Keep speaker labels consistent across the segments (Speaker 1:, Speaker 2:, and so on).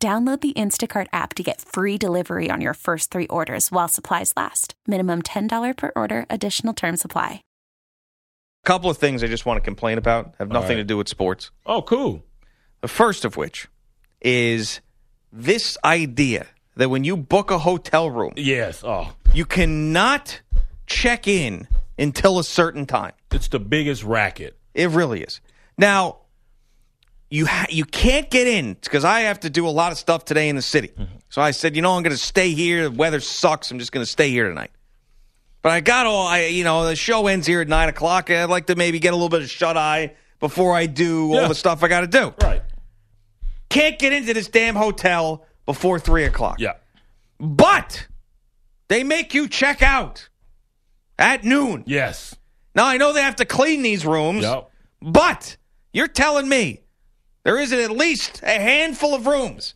Speaker 1: Download the Instacart app to get free delivery on your first three orders while supplies last. Minimum $10 per order, additional term supply.
Speaker 2: couple of things I just want to complain about have nothing
Speaker 3: right.
Speaker 2: to do with sports.
Speaker 3: Oh, cool.
Speaker 2: The first of which is this idea that when you book a hotel room,
Speaker 3: Yes. Oh,
Speaker 2: you cannot check in until a certain time.
Speaker 3: it's the biggest racket.
Speaker 2: It really is. Now, you ha- you can't get in because I have to do a lot of stuff today in the city.
Speaker 3: Mm-hmm.
Speaker 2: So I said, you know, I'm going to stay here. The weather sucks. I'm just going to stay here tonight. But I got all I, you know, the show ends here at nine o'clock, and I'd like to maybe get a little bit of shut eye before I do
Speaker 3: Yeah.
Speaker 2: all the stuff I got to do.
Speaker 3: Right.
Speaker 2: Can't get into this damn hotel before three o'clock.
Speaker 3: Yeah.
Speaker 2: But they make you check out at noon.
Speaker 3: Yes.
Speaker 2: Now I know they have to clean these rooms.
Speaker 3: Yep.
Speaker 2: But you're telling me there isn't at least a handful of rooms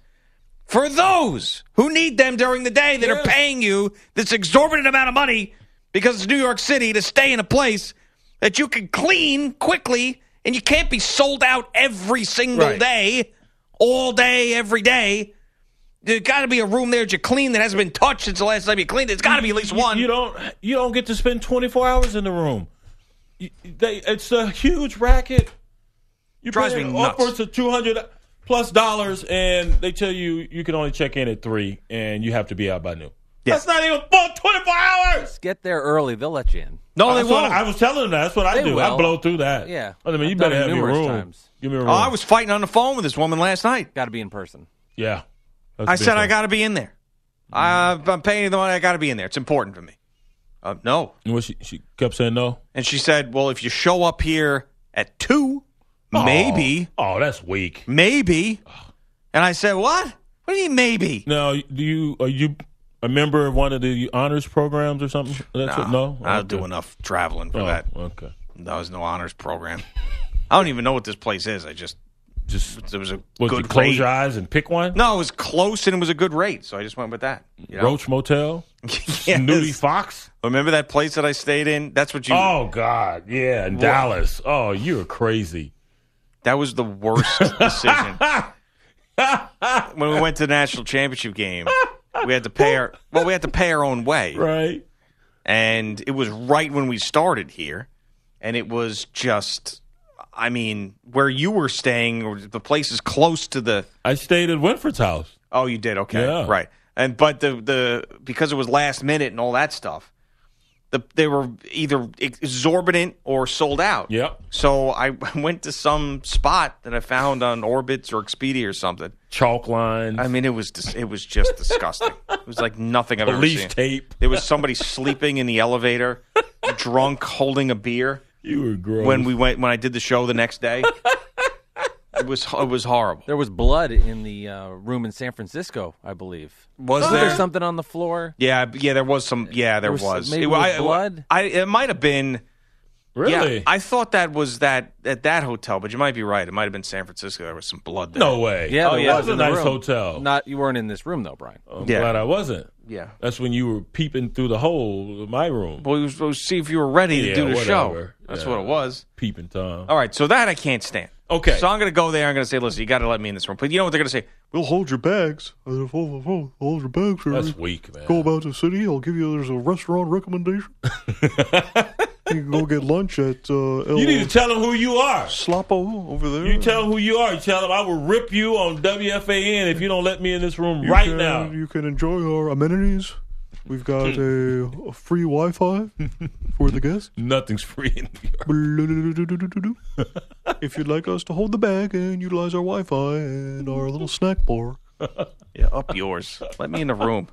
Speaker 2: for those who need them during the day that are
Speaker 3: Yes.
Speaker 2: paying you this exorbitant amount of money because it's New York City to stay in a place that you can clean quickly and you can't be sold out every single
Speaker 3: Right.
Speaker 2: day, all day, every day. There's got to be a room there that you clean that hasn't been touched since the last time you cleaned it. There's got to be at least
Speaker 3: You-
Speaker 2: one.
Speaker 3: You, don't. You don't get to spend 24 hours in the room. You, they, it's a huge racket. You
Speaker 2: Drives
Speaker 3: pay
Speaker 2: me nuts.
Speaker 3: upwards of 200 plus dollars, and they tell you you can only check in at three, and you have to be out by noon.
Speaker 2: Yeah.
Speaker 3: That's not even full 24 hours.
Speaker 4: Get there early. They'll let you in.
Speaker 2: no, Oh, they
Speaker 3: That's what
Speaker 2: won't.
Speaker 3: I, I was telling them that. That's what I
Speaker 4: They
Speaker 3: do. I
Speaker 4: will.
Speaker 3: blow through that.
Speaker 4: Yeah.
Speaker 3: I mean, you
Speaker 4: I've done
Speaker 3: better
Speaker 4: it
Speaker 3: have your
Speaker 4: numerous
Speaker 3: room.
Speaker 4: times.
Speaker 3: Give me a room.
Speaker 2: oh, I was fighting on the phone with this woman last night.
Speaker 4: Got to be in person.
Speaker 3: Yeah. That's
Speaker 2: I
Speaker 3: a big
Speaker 2: said I
Speaker 3: thing.
Speaker 2: got to be in there. I, I'm paying the money. I got to be in there. It's important for me. Uh, no,
Speaker 3: You know what she, she kept saying no.
Speaker 2: and she said, "Well, if you show up here at two, maybe,
Speaker 3: Oh, that's weak.
Speaker 2: maybe." And I said, "What? What do you mean maybe?
Speaker 3: Now, do you are you a member of one of the honors programs or something? That's what, no,
Speaker 2: I will
Speaker 3: Okay.
Speaker 2: do enough traveling for
Speaker 3: Oh,
Speaker 2: that.
Speaker 3: okay.
Speaker 2: That was no honors program. I don't even know what this place is. I just
Speaker 3: Just
Speaker 2: it was a
Speaker 3: what, you
Speaker 2: good
Speaker 3: close
Speaker 2: rate.
Speaker 3: your eyes and pick one.
Speaker 2: No, it was close and it was a good rate, so I just went with that. You know?
Speaker 3: Roach Motel,
Speaker 2: Yes.
Speaker 3: Snooty Fox.
Speaker 2: Remember that place that I stayed in? That's what you.
Speaker 3: Oh God, yeah, in Dallas. Oh, you're crazy.
Speaker 2: That was the worst decision. when we went to the national championship game, we had to pay our well, we had to pay our own way,
Speaker 3: Right?
Speaker 2: and it was right when we started here, and it was just, I mean, where you were staying, or the place is close to the.
Speaker 3: I stayed at Winford's house.
Speaker 2: Oh, you did okay,
Speaker 3: Yeah.
Speaker 2: right? And but the the because it was last minute and all that stuff, the they were either exorbitant or sold out.
Speaker 3: Yep.
Speaker 2: So I went to some spot that I found on Orbitz or Expedia or something.
Speaker 3: Chalk line,
Speaker 2: I mean, it was dis- it was just disgusting. It was like nothing I've ever
Speaker 3: police
Speaker 2: seen.
Speaker 3: tape.
Speaker 2: There was somebody sleeping in the elevator, drunk, holding a beer.
Speaker 3: You were gross.
Speaker 2: When we went, when I did the show the next day, it was it was horrible.
Speaker 4: There was blood in the uh, room in San Francisco, I believe.
Speaker 2: Was
Speaker 4: Wasn't
Speaker 2: there?
Speaker 4: something on the floor?
Speaker 3: Oh,
Speaker 2: Yeah, yeah, there was some. Yeah, there,
Speaker 4: There was-
Speaker 2: was.
Speaker 4: maybe
Speaker 2: It-
Speaker 4: with
Speaker 2: I-
Speaker 4: blood?
Speaker 2: I, it might have been.
Speaker 3: really?
Speaker 2: Yeah, I thought that was that at that hotel, but you might be right. It might have been San Francisco. There was some blood. There.
Speaker 3: no way.
Speaker 4: Yeah,
Speaker 2: Oh,
Speaker 4: there
Speaker 2: yeah.
Speaker 4: was
Speaker 3: That was a
Speaker 4: in the
Speaker 3: nice
Speaker 4: room.
Speaker 3: hotel. Oh.
Speaker 4: Not you weren't in this room though, Brian.
Speaker 3: I'm
Speaker 2: Yeah.
Speaker 3: glad I wasn't.
Speaker 2: Yeah.
Speaker 3: That's when you were peeping through the hole of my room.
Speaker 2: Well, we were supposed to see if you were ready to
Speaker 3: Yeah,
Speaker 2: do the show.
Speaker 3: whatever.
Speaker 2: That's
Speaker 3: Yeah.
Speaker 2: what it was.
Speaker 3: Peeping Tom.
Speaker 2: All right, so that I can't stand.
Speaker 3: Okay.
Speaker 2: So I'm going to go there. I'm going to say, listen, you got to let me in this room. But you know what they're going to say?
Speaker 5: We'll hold your bags. Uh, Hold, hold, hold your bags. or
Speaker 3: That's weak, man.
Speaker 5: Go about the city. I'll give you. There's a restaurant recommendation. you can go get lunch at uh, El
Speaker 3: You need to tell them who you are.
Speaker 5: Slapo over there.
Speaker 3: You tell them who you are. You tell them I will rip you on WFAN if you don't let me in this room
Speaker 5: You
Speaker 3: right
Speaker 5: can-
Speaker 3: now.
Speaker 5: You can enjoy our amenities. We've got a, a free Wi-Fi for the guests.
Speaker 3: Nothing's free in New York.
Speaker 5: if you'd like us to hold the bag and utilize our Wi-Fi and our little snack bar.
Speaker 2: Yeah, up yours. Let me in the room.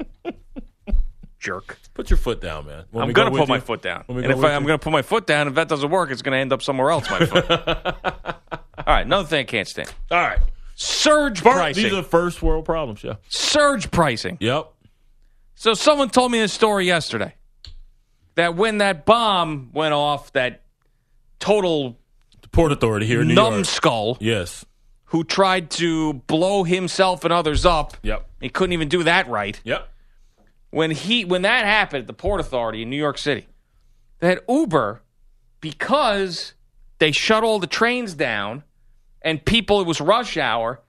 Speaker 2: Jerk.
Speaker 3: Put your foot down, man. Want
Speaker 2: I'm
Speaker 3: me to
Speaker 2: going to
Speaker 3: go
Speaker 2: put
Speaker 3: with
Speaker 2: my
Speaker 3: you?
Speaker 2: foot down.
Speaker 3: Want me
Speaker 2: And
Speaker 3: to go
Speaker 2: if
Speaker 3: with
Speaker 2: I, I'm
Speaker 3: you?
Speaker 2: going to put my foot down, if that doesn't work, it's going to end up somewhere else, my foot. All right, another thing I can't stand.
Speaker 3: All right.
Speaker 2: Surge
Speaker 3: These
Speaker 2: pricing.
Speaker 3: are first world problems. Yeah.
Speaker 2: Surge pricing.
Speaker 3: Yep.
Speaker 2: So someone told me this story yesterday that when that bomb went off, that total
Speaker 3: The Port Authority here in New York.
Speaker 2: numbskull
Speaker 3: Yes.
Speaker 2: who tried to blow himself and others up,
Speaker 3: Yep.
Speaker 2: he couldn't even do that right.
Speaker 3: Yep.
Speaker 2: When he when that happened at the Port Authority in New York City, that Uber, because they shut all the trains down and people it was rush hour,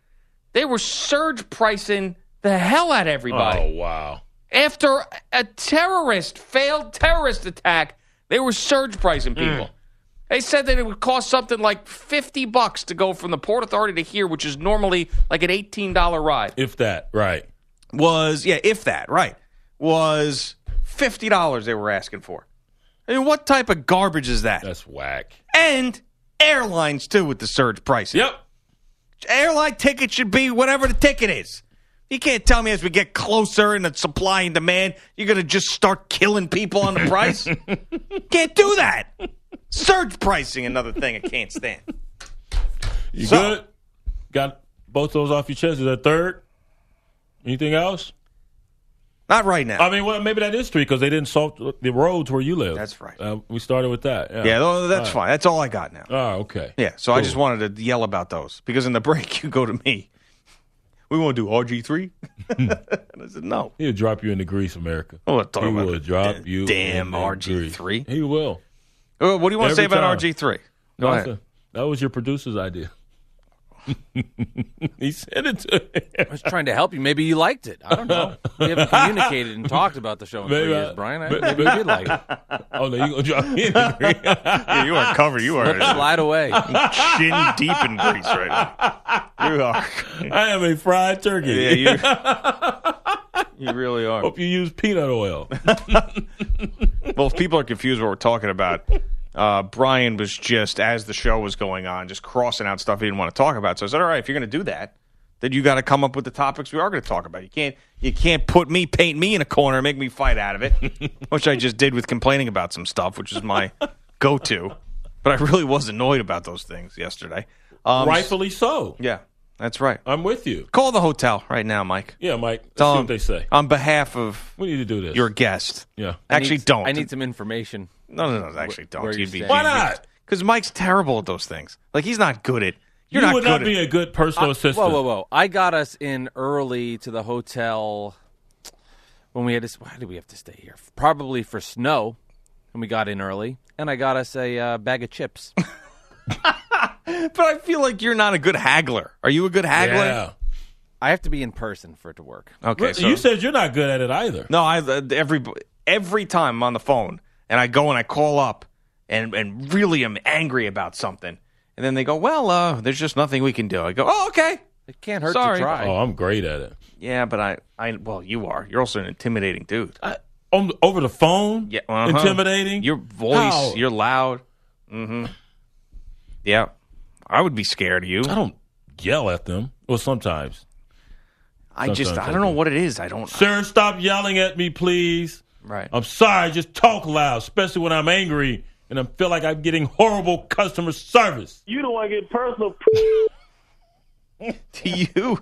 Speaker 2: they were surge pricing the hell out of everybody.
Speaker 3: Oh wow.
Speaker 2: after a terrorist failed terrorist attack, they were surge pricing people. They said that it would cost something like fifty bucks to go from the Port Authority to here, which is normally like an eighteen dollar ride.
Speaker 3: If that. Right.
Speaker 2: Was yeah, if that right was fifty dollars they were asking for. I mean, what type of garbage is that?
Speaker 3: That's whack.
Speaker 2: and airlines too with the surge pricing.
Speaker 3: Yep.
Speaker 2: airline ticket should be whatever the ticket is. You can't tell me as we get closer in the supply and demand, you're going to just start killing people on the price. can't do that. Surge pricing, another thing I can't stand.
Speaker 3: You
Speaker 2: So-
Speaker 3: good? Got both those off your chest. Is that third? Anything else?
Speaker 2: Not right now.
Speaker 3: I mean, well, maybe that is three because they didn't salt the roads where you live.
Speaker 2: That's right.
Speaker 3: Uh, we started with that. Yeah.
Speaker 2: yeah, tho- that's fine. That's all I got now.
Speaker 3: Oh, okay.
Speaker 2: Yeah, so I just wanted to yell about those because in the break you go to me. We want to do RG3?
Speaker 3: Hmm.
Speaker 2: and I said, no.
Speaker 3: He'll drop you into Greece, America.
Speaker 2: I want to talk
Speaker 3: he
Speaker 2: about
Speaker 3: will
Speaker 2: the
Speaker 3: drop
Speaker 2: d-
Speaker 3: you.
Speaker 2: damn
Speaker 3: into
Speaker 2: RG3.
Speaker 3: Greece. He will.
Speaker 2: Uh, What do you want to say
Speaker 3: Every
Speaker 2: about
Speaker 3: time.
Speaker 2: RG3? Go ahead.
Speaker 3: That's a- that was your producer's idea. he sent it to me.
Speaker 4: I was trying to help you. Maybe you liked it. I don't know. We haven't communicated and talked about the show in
Speaker 3: Maybe
Speaker 4: three
Speaker 3: I-
Speaker 4: years, Brian. I,
Speaker 3: maybe-
Speaker 4: maybe you did like it.
Speaker 3: Oh no, you gonna drop me into Greece?
Speaker 2: Yeah, you are covered. You are
Speaker 4: Slide away.
Speaker 2: shin deep in grease right now. You are.
Speaker 3: I am a fried turkey.
Speaker 2: Yeah, you. You really are.
Speaker 3: Hope you use peanut oil.
Speaker 2: Well, if people are confused what we're talking about, uh, Brian was just as the show was going on, just crossing out stuff he didn't want to talk about. So I said, "All right, if you're going to do that, then you got to come up with the topics we are going to talk about. You can't, you can't put me, paint me in a corner, and make me fight out of it, which I just did with complaining about some stuff, which is my go-to. But I really was annoyed about those things yesterday. Um,
Speaker 3: Rightfully so.
Speaker 2: Yeah, that's right.
Speaker 3: I'm with you.
Speaker 2: Call the hotel right now, Mike.
Speaker 3: Yeah, Mike. Let's
Speaker 2: Tell
Speaker 3: see
Speaker 2: him-
Speaker 3: what they say.
Speaker 2: on behalf of
Speaker 3: We need to do this.
Speaker 2: your guest.
Speaker 3: yeah.
Speaker 2: Actually,
Speaker 4: Need-
Speaker 2: don't.
Speaker 4: I need some information.
Speaker 2: no, no, no. Actually, don't.
Speaker 4: where you
Speaker 2: You'd be
Speaker 4: stand.
Speaker 3: Why not?
Speaker 2: Because Mike's terrible at those things. Like he's not good at. You're
Speaker 3: you
Speaker 2: not
Speaker 3: would
Speaker 2: good
Speaker 3: not
Speaker 2: at.
Speaker 3: be a good personal assistant.
Speaker 4: Whoa, whoa, whoa! I got us in early to the hotel when we had to. Why did we have to stay here? Probably for snow, and we got in early. And I got us a uh, bag of chips.
Speaker 2: but I feel like you're not a good haggler. Are you a good haggler?
Speaker 3: Yeah.
Speaker 4: I have to be in person for it to work.
Speaker 2: Okay. So
Speaker 3: you said you're not good at it either.
Speaker 2: no, I uh, every every time I'm on the phone and I go and I call up and and really am angry about something, and then they go, "Well, uh, there's just nothing we can do." I go, "Oh, okay."
Speaker 4: It can't hurt
Speaker 2: Sorry.
Speaker 4: to try.
Speaker 3: Oh, I'm great at it.
Speaker 2: Yeah, but I, I, well, you are. You're also an intimidating dude.
Speaker 3: I, on, over the phone?
Speaker 2: Yeah, uh-huh.
Speaker 3: Intimidating?
Speaker 2: Your voice,
Speaker 3: How?
Speaker 2: you're loud. Mm-hmm. Yeah, I would be scared of you.
Speaker 3: I don't yell at them. Well, sometimes.
Speaker 2: I just,
Speaker 3: sometimes
Speaker 2: I
Speaker 3: I
Speaker 2: don't know
Speaker 3: do.
Speaker 2: what it is. I don't.
Speaker 3: Sir, stop yelling at me, please.
Speaker 2: Right.
Speaker 3: I'm sorry. Just talk loud, especially when I'm angry and I feel like I'm getting horrible customer service.
Speaker 6: You don't want to get personal.
Speaker 2: to you,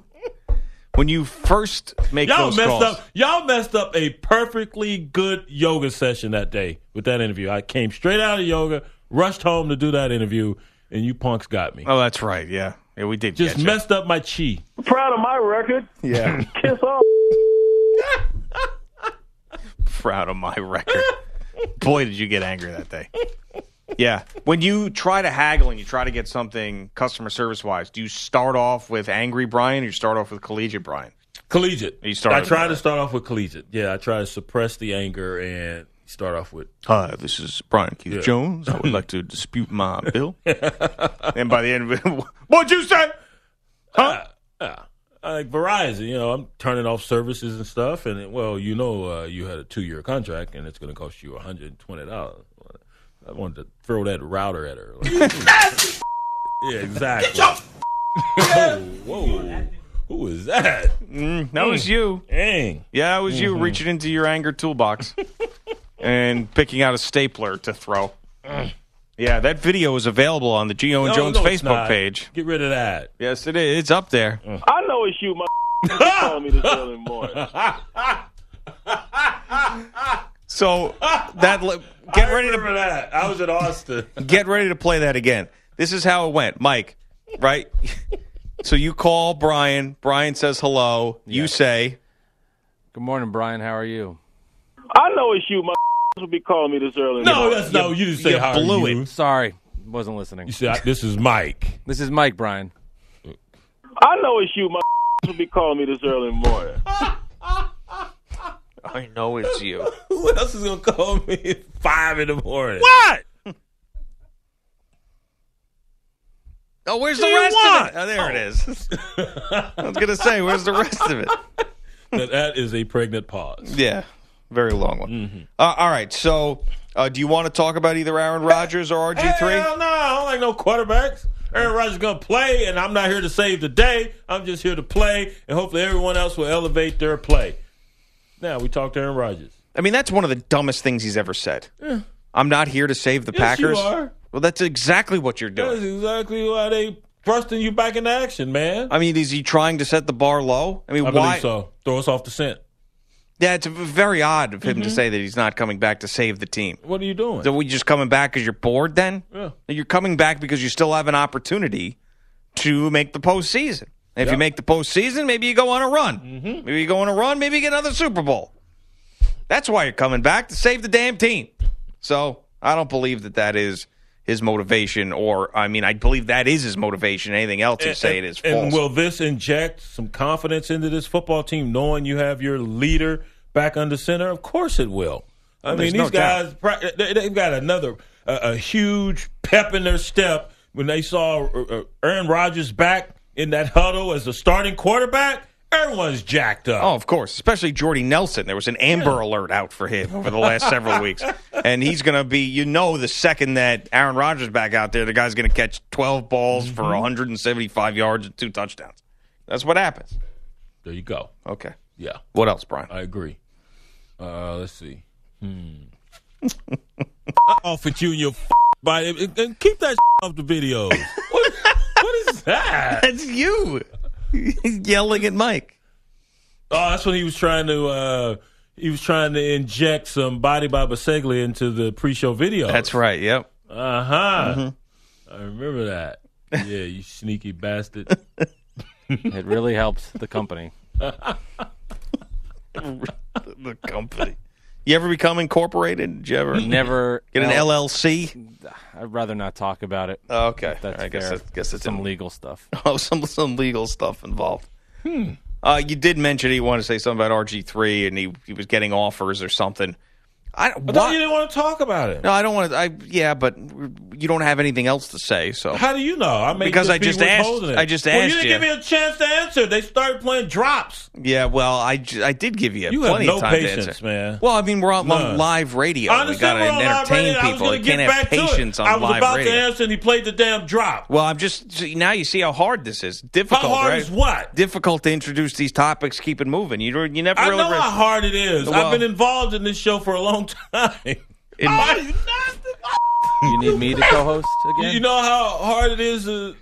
Speaker 2: when you first make
Speaker 3: Y'all
Speaker 2: those
Speaker 3: messed
Speaker 2: calls,
Speaker 3: up. Y'all messed up a perfectly good yoga session that day with that interview. I came straight out of yoga, rushed home to do that interview, and you punks got me.
Speaker 2: Oh, that's right. Yeah, yeah, we did.
Speaker 3: Just
Speaker 2: get ya.
Speaker 3: messed up my chi.
Speaker 6: Proud of my record.
Speaker 2: Yeah,
Speaker 6: Kiss off.
Speaker 2: proud of my record. Boy, did you get angry that day. Yeah, when you try to haggle and you try to get something customer service wise, do you start off with angry Brian or you start off with collegiate Brian?
Speaker 3: Collegiate.
Speaker 2: You started
Speaker 3: I
Speaker 2: with
Speaker 3: tried to
Speaker 2: that.
Speaker 3: start off with collegiate. Yeah, I try to suppress the anger and start off with
Speaker 2: Hi, this is Brian Keith Jones. I would like to dispute my bill. and by the end of it, what'd you say?
Speaker 3: I uh, like Verizon. You know, I'm turning off services and stuff. And it, well, you know, uh, you had a two year contract, and it's going to cost you 120 dollars. I wanted to throw that router at her. Like, yeah, exactly. whoa, whoa. Who is that?
Speaker 2: That was you.
Speaker 3: Dang.
Speaker 2: Yeah, that was you
Speaker 3: Mm-hmm.
Speaker 2: reaching into your anger toolbox and picking out a stapler to throw. Yeah, that video is available on the Geo and
Speaker 3: Mm. No,
Speaker 2: Jones
Speaker 3: no, it's
Speaker 2: Facebook
Speaker 3: not. Mm.
Speaker 2: page.
Speaker 3: Get rid of that.
Speaker 2: Yes, it is. It's up there.
Speaker 6: I know it's you, my calling me this early in the morning.
Speaker 2: So that li- get ready to
Speaker 3: remember that. I was in Austin.
Speaker 2: get ready to play that again. This is how it went, Mike. Right? so you call Brian. Brian says hello. You say
Speaker 4: Good morning, Brian. How are you?
Speaker 6: I know it's you, my would be calling me this early in the
Speaker 3: no,
Speaker 6: morning.
Speaker 3: that's no. You didn't say
Speaker 2: you
Speaker 3: how
Speaker 2: blew
Speaker 3: are you.
Speaker 2: it.
Speaker 4: Sorry, wasn't
Speaker 3: You
Speaker 4: listening.
Speaker 3: said I- this is Mike.
Speaker 4: This is Mike, Brian.
Speaker 6: I know it's you, my would be calling me this early in the morning.
Speaker 2: I know
Speaker 3: Oh,
Speaker 2: it's you.
Speaker 3: Who else is gonna call me at five in the morning?
Speaker 2: What? Oh, where's the
Speaker 3: you Oh.
Speaker 2: rest of
Speaker 3: want?
Speaker 2: it? Oh, there it is. I was gonna say, where's the rest of it?
Speaker 3: That- that is a pregnant pause.
Speaker 2: Yeah, very long one.
Speaker 3: Mm-hmm.
Speaker 2: Uh, all right, so uh, do you want to talk about either Aaron Rodgers or RG three?
Speaker 3: Hell no, I don't like no quarterbacks. Aaron Rodgers is gonna play, and I'm not here to save the day. I'm just here to play, and hopefully everyone else will elevate their play. Now we talked to Aaron Rodgers.
Speaker 2: I mean, that's one of the dumbest things he's ever said. I'm not here to save the
Speaker 3: Yes, you
Speaker 2: Packers.
Speaker 3: are.
Speaker 2: Well, that's exactly what you're
Speaker 3: That's
Speaker 2: doing.
Speaker 3: exactly why they thrusting you back into action, man.
Speaker 2: I mean, is he trying to set the bar low? I mean, why?
Speaker 3: I believe so. Throw us off the scent.
Speaker 2: Yeah, it's very odd of him
Speaker 3: Mm-hmm.
Speaker 2: to say that he's not coming back to save the team.
Speaker 3: What are you doing?
Speaker 2: So we just coming back because you're bored then?
Speaker 3: Yeah.
Speaker 2: You're coming back because you still have an opportunity to make the postseason. And if
Speaker 3: Yeah. Mm-hmm.
Speaker 2: you make the postseason, maybe you go on a run. Maybe you go on a run, maybe you get another Super Bowl. That's why you're coming back to save the damn team. So I don't believe that that is his motivation, or I mean, I believe that is his motivation. Anything else you say it is false.
Speaker 3: And will this inject some confidence into this football team, knowing you have your leader back under center? Of course it will. I mean,
Speaker 2: there's
Speaker 3: these
Speaker 2: no doubt.
Speaker 3: guys, pra- they- they've got another uh, a huge pep in their step when they saw uh, uh, Aaron Rodgers back in that huddle as the starting quarterback. Everyone's jacked up.
Speaker 2: Oh, of course, especially Jordy Nelson. There was an Amber Alert out for him over the last several weeks, and he's going to be. You know, the second that Aaron Rodgers back out there, the guy's going to catch twelve balls for
Speaker 4: Mm-hmm.
Speaker 2: 175 yards and two touchdowns. That's what happens.
Speaker 3: There you go.
Speaker 2: Okay,
Speaker 3: Yeah,
Speaker 2: what else, Brian?
Speaker 3: I agree. Uh, let's see. Hmm. off with you and your f- body, and- and keep that off the videos. What- what is that?
Speaker 2: That's you. He's yelling at Mike.
Speaker 3: Oh, that's when he was trying to uh he was trying to inject some body by Baseglia into the pre-show video.
Speaker 2: That's right. Mm-hmm. Yep.
Speaker 3: Uh-huh. I remember that. Yeah, you sneaky bastard.
Speaker 4: It really helped the company.
Speaker 2: The company. You ever become incorporated? Did you ever
Speaker 4: Never
Speaker 2: get an
Speaker 4: no,
Speaker 2: LLC?
Speaker 4: I'd rather not talk about it.
Speaker 2: Oh, okay.
Speaker 4: That's
Speaker 2: I guess
Speaker 4: fair.
Speaker 2: that, guess it's
Speaker 4: some
Speaker 2: in-
Speaker 4: legal stuff.
Speaker 2: Oh, some some legal stuff involved. Hmm. Uh, you did mention he wanted to say something about RG three, and he, he was getting offers or something. I
Speaker 3: I thought you
Speaker 2: why,
Speaker 3: didn't want to talk about it.
Speaker 2: no, I don't want to. I yeah, but you don't have anything else to say, so
Speaker 3: How do you know? I may
Speaker 2: Because I
Speaker 3: be
Speaker 2: just asked-
Speaker 3: withholding it.
Speaker 2: I just
Speaker 3: well,
Speaker 2: asked
Speaker 3: you didn't
Speaker 2: you.
Speaker 3: give me a chance to answer. They started playing drops.
Speaker 2: yeah. Well, I, j- I did give you,
Speaker 3: You have
Speaker 2: plenty
Speaker 3: no
Speaker 2: of time
Speaker 3: patience,
Speaker 2: to answer.
Speaker 3: man.
Speaker 2: Well, I mean, we're on, on
Speaker 3: None.
Speaker 2: live radio.
Speaker 3: I
Speaker 2: We
Speaker 3: understand
Speaker 2: gotta
Speaker 3: we're on live
Speaker 2: entertain
Speaker 3: radio. I was
Speaker 2: people.
Speaker 3: going
Speaker 2: You
Speaker 3: get
Speaker 2: can't have
Speaker 3: back to
Speaker 2: patience
Speaker 3: it.
Speaker 2: on
Speaker 3: I was
Speaker 2: live
Speaker 3: about
Speaker 2: radio.
Speaker 3: to answer, and he played the damn drop.
Speaker 2: Well, I'm just see, now you see how hard this is. Difficult,
Speaker 3: How hard
Speaker 2: right?
Speaker 3: is what?
Speaker 2: Difficult to introduce these topics. Keep it moving. You don't- you never
Speaker 3: I
Speaker 2: really.
Speaker 3: know
Speaker 2: re-
Speaker 3: how hard it is.
Speaker 2: Well-
Speaker 3: I've been involved in this show for a long time.
Speaker 2: In-
Speaker 3: Why are you nasty?
Speaker 4: You need me to co-host again?
Speaker 3: You know how hard it is to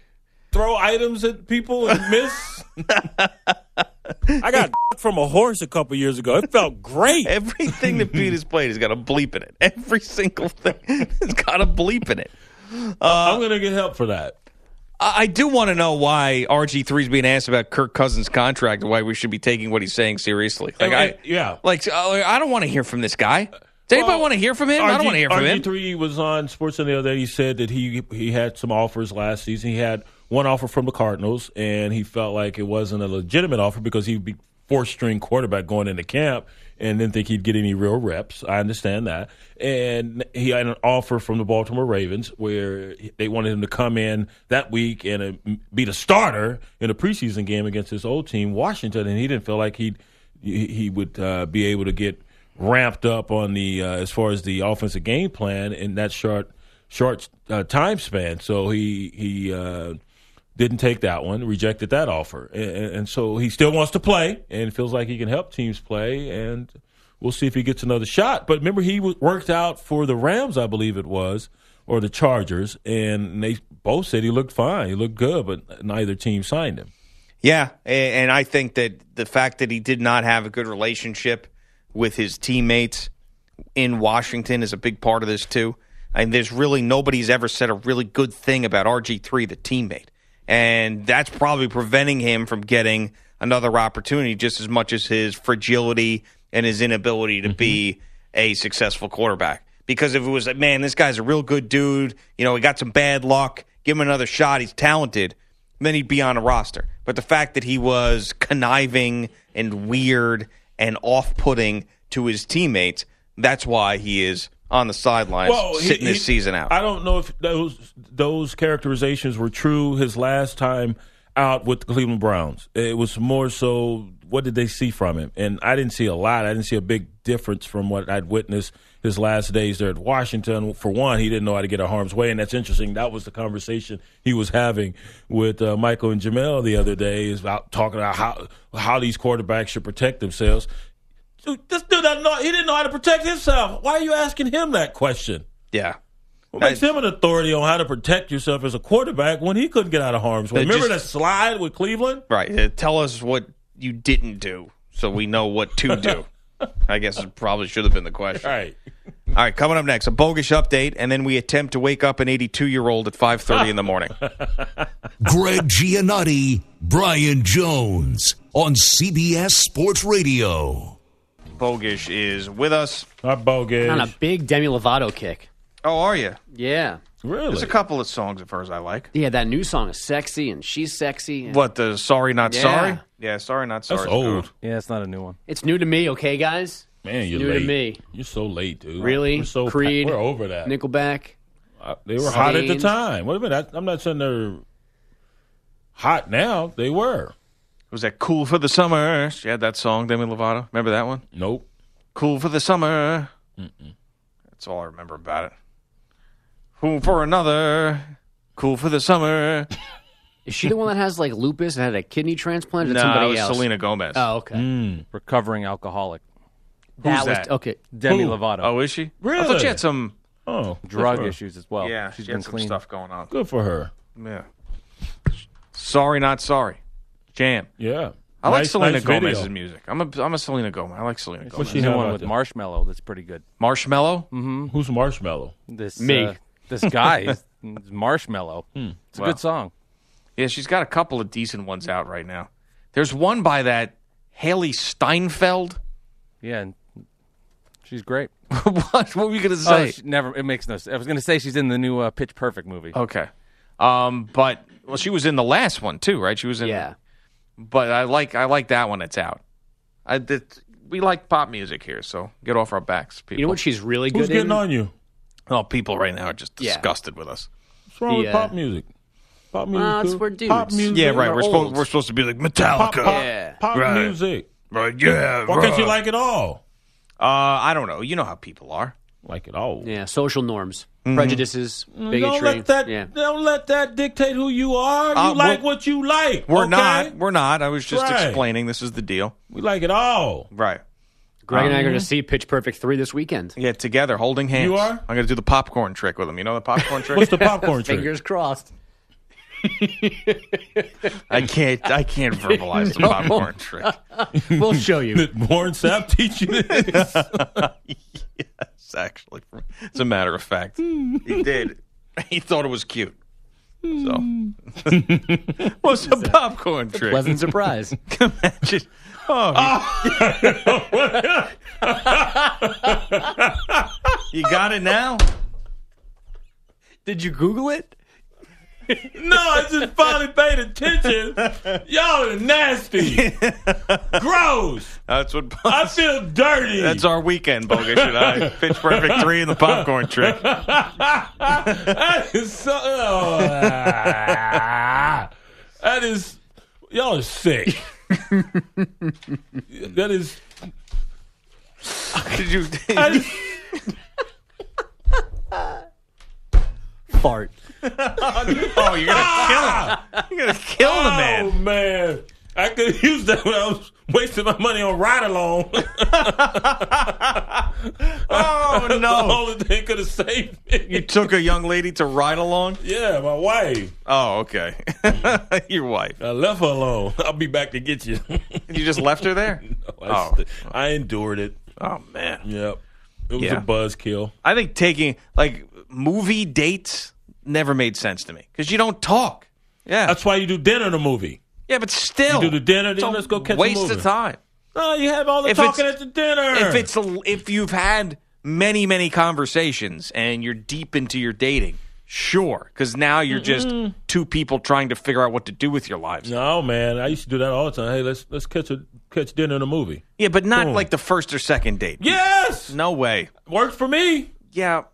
Speaker 3: throw items at people and miss? I got from a horse a couple years ago. It felt great.
Speaker 2: Everything that Pete has played has got a bleep in it. Every single thing has got a bleep in it.
Speaker 3: I'm going to get help for that.
Speaker 2: I I do want to know why RG3 is being asked about Kirk Cousins' contract and why we should be taking what he's saying seriously. Like, I,
Speaker 3: yeah.
Speaker 2: like I I don't want to hear from this guy. Does anybody
Speaker 3: well,
Speaker 2: want to hear from him? I don't want to hear from him.
Speaker 3: RG3 was on Sports the other day. He said that he he had some offers last season. He had one offer from the Cardinals, and he felt like it wasn't a legitimate offer because he'd be fourth string quarterback going into camp and didn't think he'd get any real reps. I understand that. And he had an offer from the Baltimore Ravens where they wanted him to come in that week and uh, be the starter in a preseason game against his old team, Washington, and he didn't feel like he'd he he would uh, be able to get ramped up on the uh, as far as the offensive game plan in that short short uh, time span. So he he uh, didn't take that one, rejected that offer, and, and so he still wants to play and feels like he can help teams play. And we'll see if he gets another shot. But remember, he w- worked out for the Rams, I believe it was, or the Chargers, and they both said he looked fine. He looked good, but neither team signed him.
Speaker 2: Yeah, a- and I think that the fact that he did not have a good relationship with his teammates in Washington is a big part of this too. And there's really nobody's ever said a really good thing about RG3, the teammate, and that's probably preventing him from getting another opportunity just as much as his fragility and his inability to be a successful quarterback. Because if it was like, man, this guy's a real good dude, you know, he got some bad luck, give him another shot, he's talented then he'd be on a roster. But the fact that he was conniving and weird and off putting to his teammates, that's why he is on the sidelines
Speaker 3: he-
Speaker 2: sitting
Speaker 3: he-
Speaker 2: his season out.
Speaker 3: I don't know if those those characterizations were true his last time out with the Cleveland Browns. It was more so what did they see from him? And I didn't see a lot. I didn't see a big difference from what I'd witnessed his last days there at Washington. For one, he didn't know how to get out of harm's way, and that's interesting. That was the conversation he was having with uh, Michael and Jamel the other day, is about talking about how how these quarterbacks should protect themselves. Dude, This dude, doesn't know, he didn't know how to protect himself. Why are you asking him that question?
Speaker 2: yeah.
Speaker 3: What makes him an authority on how to protect yourself as a quarterback when he couldn't get out of harm's way?
Speaker 2: They
Speaker 3: Remember
Speaker 2: just-
Speaker 3: that slide with Cleveland?
Speaker 2: Right. Uh, tell us what you didn't do so we know what to do. I guess it probably should have been the question.
Speaker 3: Right.
Speaker 2: All right, coming up next, a bogus update, and then we attempt to wake up an 82 year old at 5:30 in the morning.
Speaker 7: Greg Giannotti, Brian Jones on CBS Sports Radio.
Speaker 2: Bogus is with us.
Speaker 3: Not bogus.
Speaker 8: on a big Demi Lovato kick.
Speaker 2: Oh, are you?
Speaker 8: Yeah.
Speaker 2: There's
Speaker 3: really?
Speaker 2: a couple of songs of hers I like.
Speaker 8: Yeah, that new song is sexy and she's sexy. and-
Speaker 2: What the sorry not
Speaker 8: Yeah.
Speaker 2: sorry? Yeah, sorry not sorry.
Speaker 3: That's old.
Speaker 4: Yeah, it's not a new one.
Speaker 8: It's new to me, okay, guys?
Speaker 3: Man,
Speaker 8: It's
Speaker 3: you're
Speaker 8: new
Speaker 3: late.
Speaker 8: to me.
Speaker 3: You're so late, dude.
Speaker 8: Really?
Speaker 3: We're so
Speaker 8: Creed?
Speaker 3: We're over that.
Speaker 8: Nickelback.
Speaker 3: Uh, they were hot at the
Speaker 8: Stained.
Speaker 3: time. Wait a minute. I, I'm not saying they're hot now. They were.
Speaker 2: Was that Cool for the Summer? She had that song, Demi Lovato. Remember that one?
Speaker 3: Nope.
Speaker 2: Cool for the Summer. That's all I remember about it. Cool for another. Cool for the Summer.
Speaker 8: Is she the one that has like lupus and had a kidney transplant? Or
Speaker 2: No,
Speaker 8: somebody
Speaker 2: it was
Speaker 8: else?
Speaker 2: Selena Gomez.
Speaker 8: Oh, okay.
Speaker 4: Recovering alcoholic.
Speaker 8: that was
Speaker 2: that?
Speaker 8: okay.
Speaker 4: Demi
Speaker 3: Who?
Speaker 4: Lovato.
Speaker 2: Oh, is she? I thought
Speaker 3: Really?
Speaker 2: she had some.
Speaker 3: Oh, good
Speaker 4: drug
Speaker 3: for her.
Speaker 4: issues as
Speaker 8: Oh,
Speaker 4: well.
Speaker 2: Yeah,
Speaker 4: she's
Speaker 2: she
Speaker 4: been
Speaker 2: had some
Speaker 4: clean.
Speaker 2: stuff going on.
Speaker 3: Good for her.
Speaker 2: Yeah. Sorry, not sorry. Jam.
Speaker 3: Yeah.
Speaker 2: I like
Speaker 3: Nice-
Speaker 2: Selena
Speaker 3: nice video.
Speaker 2: Gomez's music. I'm a I'm a Selena Gomez. I like Selena Gomez.
Speaker 3: What's she
Speaker 4: She's the
Speaker 3: have
Speaker 4: one
Speaker 3: out
Speaker 4: with
Speaker 3: there?
Speaker 4: marshmallow. That's pretty good.
Speaker 2: Marshmallow.
Speaker 3: Who's Marshmallow?
Speaker 4: This
Speaker 8: Me. Hmm.
Speaker 4: uh, this guy is is marshmallow. It's a
Speaker 2: Wow.
Speaker 4: good song.
Speaker 2: Yeah, she's got a couple of decent ones out right now. There's one by that Haley Steinfeld.
Speaker 4: Yeah, and she's great.
Speaker 2: what? What were you gonna
Speaker 4: Oh,
Speaker 2: say?
Speaker 4: she, never. It makes no. s- I was gonna say she's in the new uh, Pitch Perfect movie.
Speaker 8: Oh,
Speaker 2: okay. Um, but well, she was in the last one too, right? She was in.
Speaker 8: Yeah.
Speaker 2: But I like I like that one. It's out. I that, we like pop music here, so get off our backs, people.
Speaker 8: You know what she's really
Speaker 3: Who's
Speaker 8: good
Speaker 3: getting
Speaker 8: in?
Speaker 3: on you?
Speaker 2: oh, people right now are just
Speaker 8: Yeah.
Speaker 2: disgusted with us.
Speaker 3: What's wrong
Speaker 8: The,
Speaker 3: with
Speaker 8: uh,
Speaker 3: pop music? Pop music.
Speaker 8: Well, Uh, it's
Speaker 3: good.
Speaker 8: for dudes.
Speaker 3: Pop music.
Speaker 2: Yeah, right. We're
Speaker 8: we're
Speaker 2: supposed
Speaker 8: old.
Speaker 2: we're supposed to be like
Speaker 3: Pop,
Speaker 2: Metallica.
Speaker 3: pop,
Speaker 8: Yeah.
Speaker 3: pop
Speaker 2: Right.
Speaker 3: music.
Speaker 2: Right, yeah.
Speaker 3: Why can't you
Speaker 2: bruh.
Speaker 3: like it all?
Speaker 2: Uh, I don't know. You know how people are.
Speaker 3: Like it all.
Speaker 8: Yeah, social norms, prejudices, bigotry.
Speaker 3: Don't let that.
Speaker 8: yeah.
Speaker 3: Don't let that dictate who you are. You
Speaker 2: Uh, we're-
Speaker 3: like what you like.
Speaker 2: We're
Speaker 3: okay?
Speaker 2: not. We're not. I was just
Speaker 3: Right.
Speaker 2: explaining. This is the deal.
Speaker 3: We like it all.
Speaker 2: Right.
Speaker 8: Greg and I are going to see Pitch Perfect 3 this weekend.
Speaker 2: Yeah, together, holding hands.
Speaker 3: You are?
Speaker 2: I'm gonna do the popcorn trick with him. You know the popcorn
Speaker 3: What's
Speaker 2: trick?
Speaker 3: the popcorn trick?
Speaker 8: Fingers crossed.
Speaker 2: I can't. I can't verbalize the popcorn trick.
Speaker 8: We'll show you.
Speaker 3: Did Warren Sapp teach you this?
Speaker 2: It's actually, it's a matter of fact. he did. He thought it was cute. So, what's the popcorn trick?
Speaker 8: Pleasant surprise.
Speaker 2: Just- oh, you, you got it now.
Speaker 8: Did you Google it?
Speaker 3: no, I just finally paid attention. Y'all are nasty. Gross.
Speaker 2: That's what.
Speaker 3: I feel dirty.
Speaker 2: That's our weekend, Bogus and I. Pitch Perfect 3 and the popcorn trick.
Speaker 3: That is so. oh, ah. that is. Y'all are sick. that is.
Speaker 2: Did you?
Speaker 3: That is
Speaker 8: Fart.
Speaker 2: oh, you're going to kill him. You're going to kill the
Speaker 3: ah, Oh
Speaker 2: man.
Speaker 3: man, I could have used that when I was wasting my money on ride along.
Speaker 2: Oh
Speaker 3: the
Speaker 2: no!
Speaker 3: only thing could have saved
Speaker 2: You
Speaker 3: me.
Speaker 2: took a young lady to ride along.
Speaker 3: Yeah, my wife.
Speaker 2: Oh, okay. Your wife.
Speaker 3: I left her alone. I'll be back to get you.
Speaker 2: You just left her there.
Speaker 3: I, st- I endured it.
Speaker 2: Oh man.
Speaker 3: Yep. It was
Speaker 2: Yeah.
Speaker 3: a buzzkill.
Speaker 2: I think taking like movie dates never made sense to me because you don't talk. Yeah.
Speaker 3: That's why you do dinner in a movie.
Speaker 2: yeah, but still.
Speaker 3: You do the dinner,
Speaker 2: it's
Speaker 3: then
Speaker 2: a
Speaker 3: let's go catch a
Speaker 2: Waste
Speaker 3: movie.
Speaker 2: of time.
Speaker 3: Oh, you have all the
Speaker 2: If
Speaker 3: talking
Speaker 2: it's-
Speaker 3: at the dinner.
Speaker 2: If it's a, if you've had many many conversations and you're deep into your dating, sure, because now you're just two people trying to figure out what to do with your lives.
Speaker 3: Mm-hmm. no man, I used to do that all the time. Hey, let's let's catch a catch dinner in a movie.
Speaker 2: Yeah, but not
Speaker 3: Boom.
Speaker 2: like the first or second date.
Speaker 3: Yes,
Speaker 2: No way.
Speaker 3: works for me.
Speaker 2: Yeah,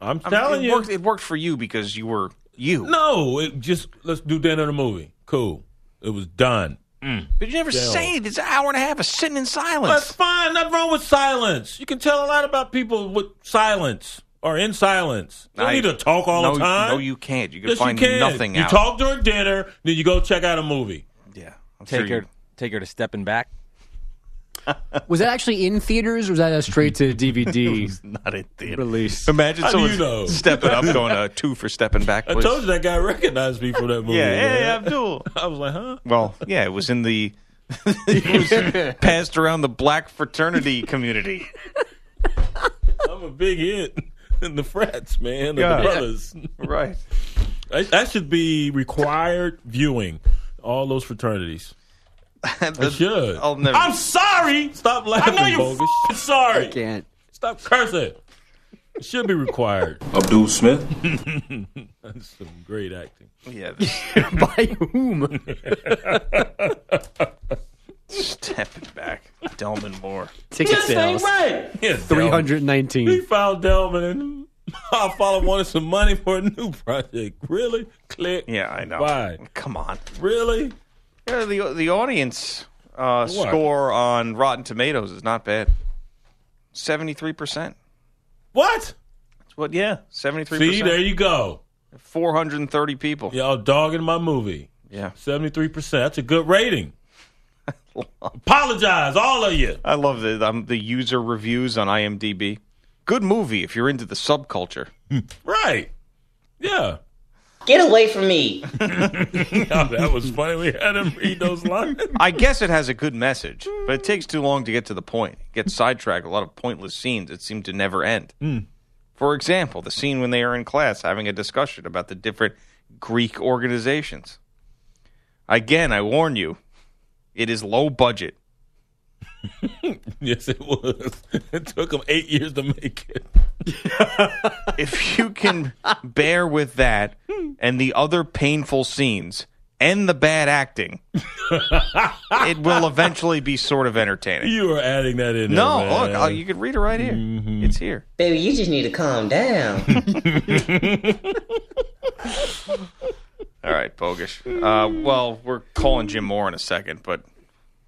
Speaker 3: I'm
Speaker 2: I mean,
Speaker 3: telling
Speaker 2: it
Speaker 3: you.
Speaker 2: worked. It worked for you because you were you.
Speaker 3: No, it just let's do dinner in a movie. Cool. It was done.
Speaker 2: but you never say it. It's an hour and a half of sitting in
Speaker 3: That's
Speaker 2: silence.
Speaker 3: fine. Nothing wrong with silence. You can tell a lot about people with silence or in silence. You don't
Speaker 2: I-
Speaker 3: need to talk all
Speaker 2: no,
Speaker 3: the time.
Speaker 2: No, you can't. You can
Speaker 3: Yes, you
Speaker 2: find
Speaker 3: can.
Speaker 2: nothing
Speaker 3: You
Speaker 2: out.
Speaker 3: talk during dinner, then you go check out a movie.
Speaker 2: yeah, I'm sure
Speaker 4: Take
Speaker 2: you-
Speaker 4: her, take her to stepping back.
Speaker 8: Was that actually in theaters or was that a straight to DVD
Speaker 2: Not in theater.
Speaker 8: release?
Speaker 2: Imagine
Speaker 3: How do
Speaker 2: someone
Speaker 3: you know?
Speaker 2: stepping up, going uh, two for stepping back.
Speaker 3: I
Speaker 2: was-
Speaker 3: told you that guy recognized me from that movie.
Speaker 2: Yeah,
Speaker 3: man.
Speaker 2: hey, Abdul.
Speaker 3: I was like, huh?
Speaker 2: Well, yeah, it was in the it was passed around the black fraternity community.
Speaker 3: I'm a big hit in the frats, man. and
Speaker 2: Yeah.
Speaker 3: The brothers.
Speaker 2: Right.
Speaker 3: I- That should be required viewing. All those fraternities. I should.
Speaker 2: I'll never.
Speaker 3: I'm sorry. Stop laughing. I know you're bogus. sorry.
Speaker 8: Can't.
Speaker 3: Stop cursing. It should be required.
Speaker 6: Abdul Smith.
Speaker 3: That's some great acting.
Speaker 2: yeah, this-
Speaker 8: By whom?
Speaker 2: stepping back. Delman Moore.
Speaker 8: Ticket sales.
Speaker 3: right. Yeah,
Speaker 8: Three
Speaker 3: 300.
Speaker 8: hundred
Speaker 3: He
Speaker 8: nineteen.
Speaker 3: found Delman and I follow wanted some money for a new project. Really? Click.
Speaker 2: Yeah, I know.
Speaker 3: Why?
Speaker 2: Come on.
Speaker 3: Really?
Speaker 2: Yeah, the the audience uh, score on Rotten Tomatoes is not bad. Seventy three percent.
Speaker 3: What?
Speaker 2: What? Yeah, seventy three
Speaker 3: See, there
Speaker 2: percent.
Speaker 3: you go.
Speaker 2: Four hundred and thirty people.
Speaker 3: Y'all dogging my movie.
Speaker 2: Yeah.
Speaker 3: 73%. That's a good rating. Apologize, all of you.
Speaker 2: I love the um, the user reviews on IMDb. Good movie if you're into the subculture.
Speaker 3: Right. Yeah.
Speaker 9: Get away from me.
Speaker 3: Yeah, that was funny. We had him read those lines.
Speaker 2: I guess it has a good message, but it takes too long to get to the point. It gets sidetracked. A lot of pointless scenes that seem to never end. For example, the scene when they are in class having a discussion about the different Greek organizations. Again, I warn you, it is low budget.
Speaker 3: Yes, it was. It took him eight years to make it.
Speaker 2: If you can bear with that and the other painful scenes and the bad acting, it will eventually be sort of entertaining.
Speaker 3: You are adding that in.
Speaker 2: No,
Speaker 3: there, man.
Speaker 2: look, oh, you can read it right here. It's here.
Speaker 9: Baby, you just need to calm down.
Speaker 2: All right, bogus. Uh, well, we're calling Jim Moore in a second, but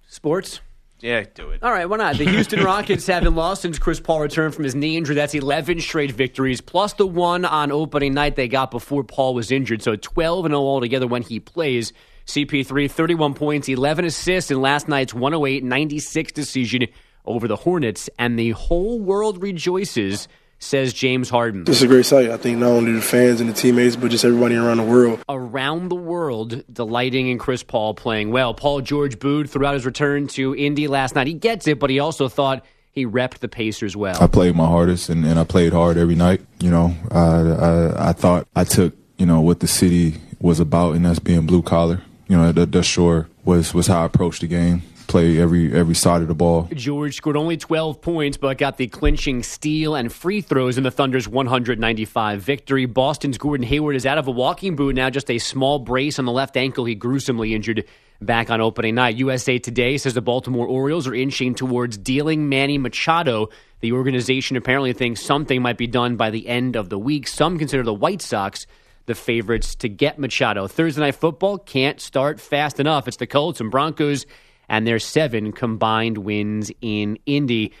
Speaker 8: Sports.
Speaker 2: yeah, do it.
Speaker 8: All right, why not? The Houston Rockets haven't lost since Chris Paul returned from his knee injury. That's 11 straight victories, plus the one on opening night they got before Paul was injured. So 12 and 0 altogether when he plays. CP3, 31 points, 11 assists in last night's 108 96 decision over the Hornets. And the whole world rejoices, says James Harden.
Speaker 10: It's a great sight. I think not only the fans and the teammates, but just everybody around the world.
Speaker 8: around the world delighting in Chris Paul playing well. Paul George booed throughout his return to Indy last night. He gets it, but he also thought he repped the Pacers well.
Speaker 11: played my hardest and, and I played hard every night. You know, I, I I thought I took you know what the city was about, and that's being blue collar. You know, that, that sure was was how I approached the game. Play every every side of the ball.
Speaker 8: George scored only 12 points, but got the clinching steal and free throws in the Thunder's 195 victory. Boston's Gordon Hayward is out of a walking boot now, just a small brace on the left ankle he gruesomely injured back on opening night. USA Today says the Baltimore Orioles are inching towards dealing Manny Machado. The organization apparently thinks something might be done by the end of the week. Some consider the White Sox the favorites to get Machado. Thursday night football can't start fast enough. It's the Colts and Broncos and their seven combined wins in Indy.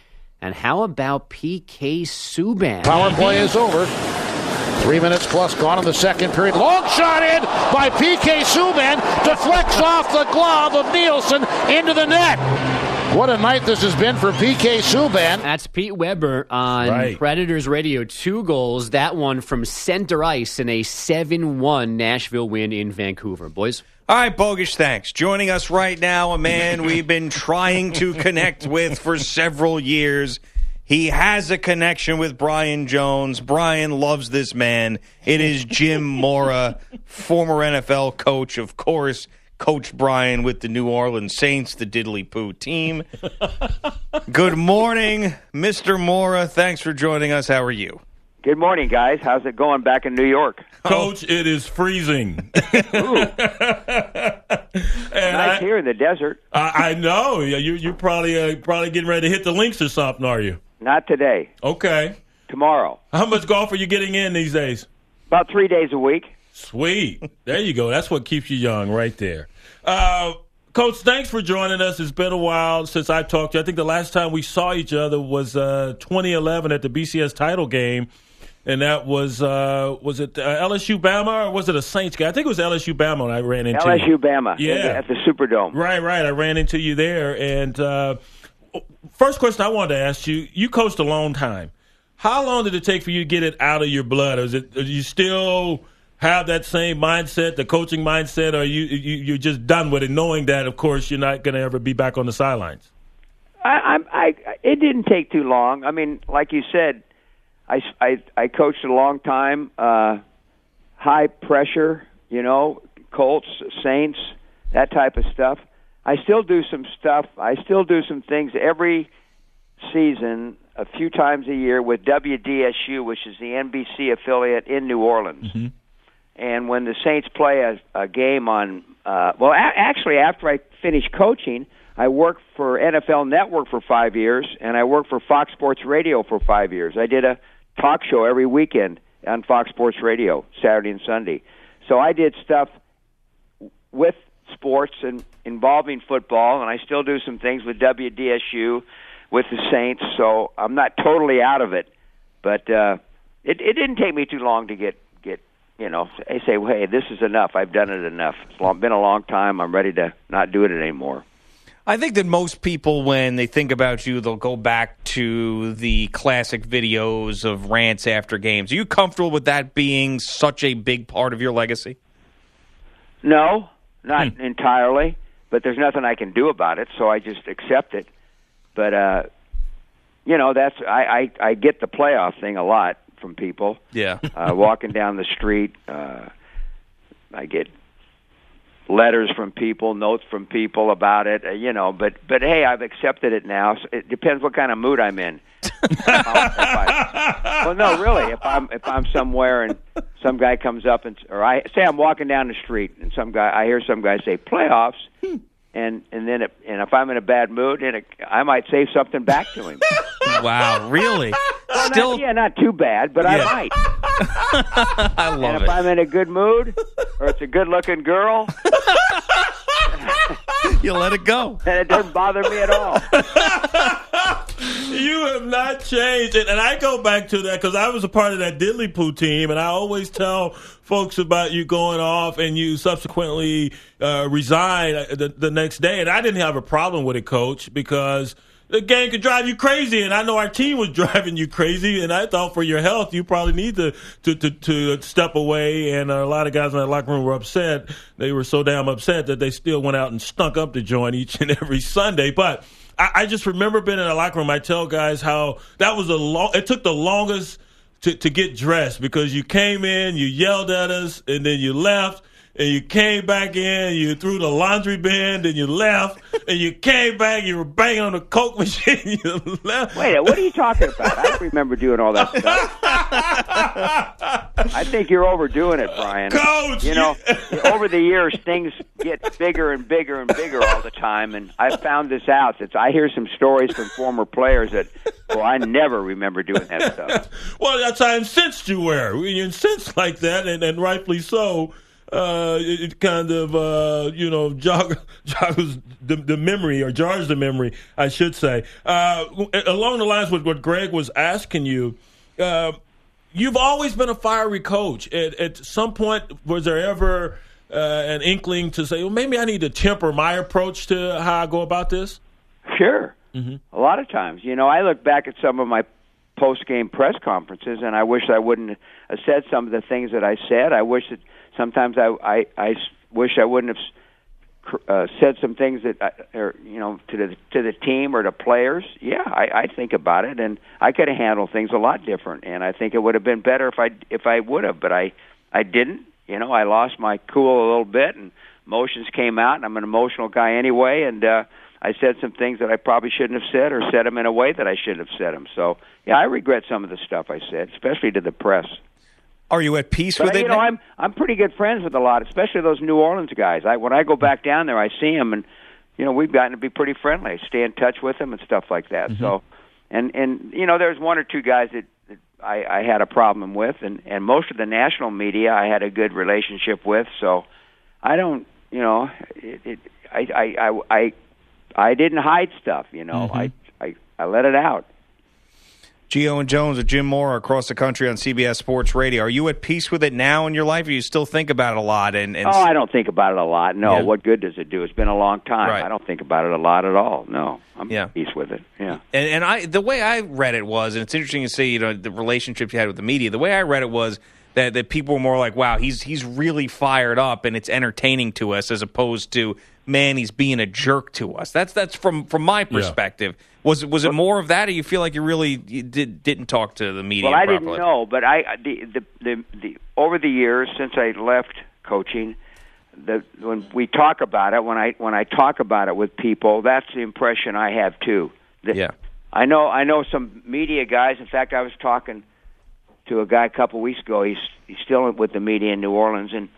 Speaker 8: And how about PK Subban?
Speaker 10: Power play is over.
Speaker 12: Three minutes plus gone in the second period. Long shot in by PK Subban. Deflects off the glove of Nielsen into the net. What a night this has been for PK Subban.
Speaker 8: That's Pete Weber on
Speaker 12: Right.
Speaker 8: Predators Radio. Two goals, that one from center ice in a 7 1 Nashville win in Vancouver. Boys.
Speaker 2: All right, Bogish, thanks. Joining us right now, a man we've been trying to connect with for several years. He has a connection with Brian Jones. Brian loves this man. It is Jim Mora, former NFL coach, of course, Coach Brian with the New Orleans Saints, the Diddly Poo team. Good morning, Mr. Mora. Thanks for joining us. How are you?
Speaker 13: Good morning, guys. How's it going back in New York?
Speaker 3: Coach, it is freezing.
Speaker 13: nice here in the desert.
Speaker 3: I, I know. Yeah, you you probably uh, probably getting ready to hit the links or something, are you?
Speaker 13: Not today.
Speaker 3: Okay.
Speaker 13: Tomorrow.
Speaker 3: How much golf are you getting in these days?
Speaker 13: About three days a week.
Speaker 3: Sweet. There you go. That's what keeps you young, right there. Uh, Coach, thanks for joining us. It's been a while since I talked to you. I think the last time we saw each other was uh, 2011 at the BCS title game, and that was uh, was it uh, LSU Bama or was it a Saints game? I think it was LSU Bama. when I ran into you.
Speaker 13: LSU Bama.
Speaker 3: Yeah.
Speaker 13: At the Superdome.
Speaker 3: Right, right. I ran into you there, and uh, first question I wanted to ask you: You coached a long time. How long did it take for you to get it out of your blood? Is it do you still have that same mindset, the coaching mindset, or are you, you you're just done with it, knowing that of course you're not going to ever be back on the sidelines?
Speaker 13: I, I, I, it didn't take too long. I mean, like you said, I, s- I, I coached a long time. Uh, high pressure, you know, Colts, Saints, that type of stuff. I still do some stuff. I still do some things every season, a few times a year with WDSU, which is the NBC affiliate in New Orleans. And when the Saints play a, a game on, uh, well, a- actually, after I finished coaching, I worked for NFL Network for five years, and I worked for Fox Sports Radio for five years. I did a talk show every weekend on Fox Sports Radio, Saturday and Sunday. So I did stuff with sports and involving football, and I still do some things with WDSU, with the Saints. So I'm not totally out of it, but uh, it, it didn't take me too long to get get you know. I say, well, hey, this is enough. I've done it enough. It's long, been a long time. I'm ready to not do it anymore.
Speaker 2: I think that most people, when they think about you, they'll go back to the classic videos of rants after games. Are you comfortable with that being such a big part of your legacy?
Speaker 13: No, not entirely, but there's nothing I can do about it, so I just accept it. But uh you know, that's I I, I get the playoff thing a lot from people.
Speaker 2: Yeah.
Speaker 13: Uh walking down the street, uh I get letters from people, notes from people about it, uh, you know, but but hey, I've accepted it now. So it depends what kind of mood I'm in. If I- well, no, really. If I'm if I'm somewhere and some guy comes up and or I say I'm walking down the street and some guy I hear some guy say playoffs, and and then it, and if I'm in a bad mood, and it, I might say something back to him.
Speaker 2: wow, really?
Speaker 13: Well, not- yeah, not too bad, but
Speaker 2: Yeah.
Speaker 13: I might.
Speaker 2: I
Speaker 13: and
Speaker 2: love
Speaker 13: if
Speaker 2: it.
Speaker 13: I'm in a good mood, or it's a good-looking girl,
Speaker 2: you let it go,
Speaker 13: and it doesn't bother me at all.
Speaker 3: You have not changed, and, and I go back to that because I was a part of that Diddly Poo team, and I always tell folks about you going off and you subsequently uh, resign uh, the, the next day, and I didn't have a problem with it, Coach, because the game could drive you crazy, and I know our team was driving you crazy, and I thought for your health you probably need to to, to, to step away, and a lot of guys in that locker room were upset. They were so damn upset that they still went out and stunk up the joint each and every Sunday, but. I, I just remember being in a locker room. I tell guys how that was a long. It took the longest to, to get dressed because you came in, you yelled at us, and then you left, and you came back in, you threw the laundry bin, then you left, and you came back, you were banging on the coke machine, you left.
Speaker 13: Wait, what are you talking about? I don't remember doing all that stuff. I think you're overdoing it, Brian.
Speaker 3: Coach,
Speaker 13: you know, over the years things get bigger and bigger and bigger all the time, and I found this out. That I hear some stories from former players that, well, I never remember doing that stuff.
Speaker 3: Well, that's how incensed you were. When You're incensed like that, and, and rightfully so. Uh, it, it kind of uh, you know jog, jogs the, the memory or jars the memory, I should say. Uh, along the lines with what Greg was asking you, uh, You've always been a fiery coach. At, at some point, was there ever uh, an inkling to say, well, maybe I need to temper my approach to how I go about this?
Speaker 13: Sure. A lot of times, you know, I look back at some of my post-game press conferences, and I wish I wouldn't have said some of the things that I said. I wish that sometimes I I, I s- wish I wouldn't have s- cr- uh, said some things that I, or you know to the to the team or to players. Yeah, I, I think about it, and I could have handled things a lot different, and I think it would have been better if I if I would have, but I I didn't. You know, I lost my cool a little bit, and emotions came out, and I'm an emotional guy anyway, and. uh I said some things that I probably shouldn't have said, or said them in a way that I shouldn't have said them. So, yeah, I regret some of the stuff I said, especially to the press.
Speaker 2: Are you at peace
Speaker 13: But,
Speaker 2: with it?
Speaker 13: you know,
Speaker 2: Nick?
Speaker 13: I'm I'm pretty good friends with a lot, especially those New Orleans guys. I when I go back down there, I see them, and you know, we've gotten to be pretty friendly. I stay in touch with them and stuff like that.
Speaker 2: Mm-hmm.
Speaker 13: So, and and you know, there's one or two guys that, that I, I had a problem with, and and most of the national media I had a good relationship with. So, I don't, you know, it, it I, I I I I didn't hide stuff. You know,
Speaker 2: Mm-hmm.
Speaker 13: I I I let it out.
Speaker 2: Gio and Jones with Jim Moore across the country on CBS Sports Radio. Are you at peace with it now in your life, or you still think about it a lot? And, and
Speaker 13: oh, I don't think about it a lot. No,
Speaker 2: Yeah.
Speaker 13: what good does it do? It's been a long time. I don't think about it a lot at all. No, I'm
Speaker 2: Yeah.
Speaker 13: at peace with it. Yeah.
Speaker 2: And, and I, the way I read it was, and it's interesting to see, you know, the relationship you had with the media. The way I read it was that, that people were more like, "Wow, he's he's really fired up, and it's entertaining to us," as opposed to, "Man, he's being a jerk to us." That's that's from from my perspective. Was it was it more of that, or you feel like you really you did, didn't talk to the media?
Speaker 13: Well, I
Speaker 2: properly?
Speaker 13: didn't know, but I the, the the the over the years since I left coaching, the when we talk about it, when I when I talk about it with people, that's the impression I have too.
Speaker 2: yeah.
Speaker 13: I know I know some media guys. In fact, I was talking to a guy a couple weeks ago. He's he's still with the media in New Orleans, and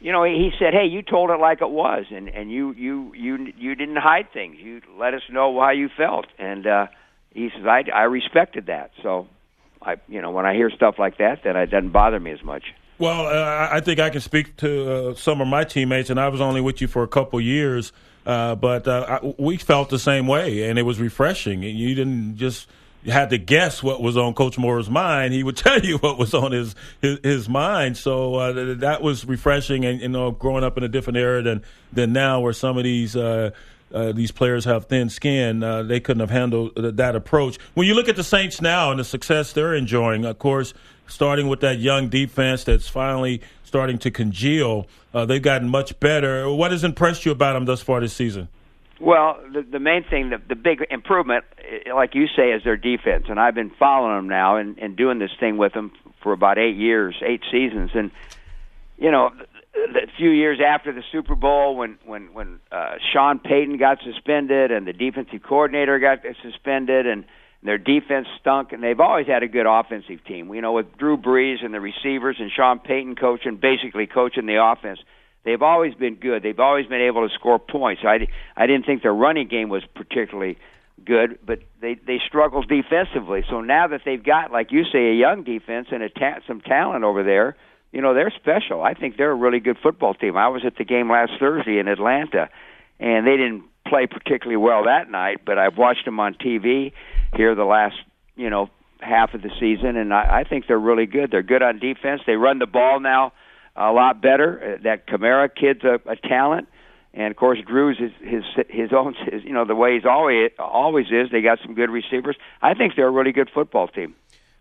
Speaker 13: you know he, he said, "Hey, you told it like it was, and and you you you you didn't hide things. You let us know how you felt." And uh, he says, "I I respected that." So, I you know when I hear stuff like that, then it doesn't bother me as much.
Speaker 3: Well, uh, I- I think I can speak to uh, some of my teammates, and I was only with you for a couple years, uh, but uh, I, we felt the same way, and it was refreshing. And You didn't just you had to guess what was on Coach Moore's mind; he would tell you what was on his his, his mind. So uh, th- that was refreshing, and you know, growing up in a different era than than now, where some of these. Uh, uh, these players have thin skin. Uh, they couldn't have handled th- that approach. When you look at the Saints now and the success they're enjoying, of course, starting with that young defense that's finally starting to congeal, uh, they've gotten much better. What has impressed you about them thus far this season?
Speaker 13: Well, the, the main thing, the, the big improvement, eh, like you say, is their defense. And I've been following them now and, and doing this thing with them for about eight years, eight seasons. And you know, a few years after the Super Bowl, when when when uh, Sean Payton got suspended and the defensive coordinator got suspended and their defense stunk, and they've always had a good offensive team. You know, with Drew Brees and the receivers and Sean Payton coaching, basically coaching the offense. They've always been good. They've always been able to score points. I, I didn't think their running game was particularly good, but they they struggled defensively. So now that they've got, like you say, a young defense and a ta- some talent over there, you know they're special. I think they're a really good football team. I was at the game last Thursday in Atlanta, and they didn't play particularly well that night. But I've watched them on TV here the last you know half of the season, and I, I think they're really good. They're good on defense. They run the ball now a lot better. Uh, that Kamara kid's a, a talent, and of course Drew's his his his own his, you know the way he's always always is. They got some good receivers. I think they're a really good football team.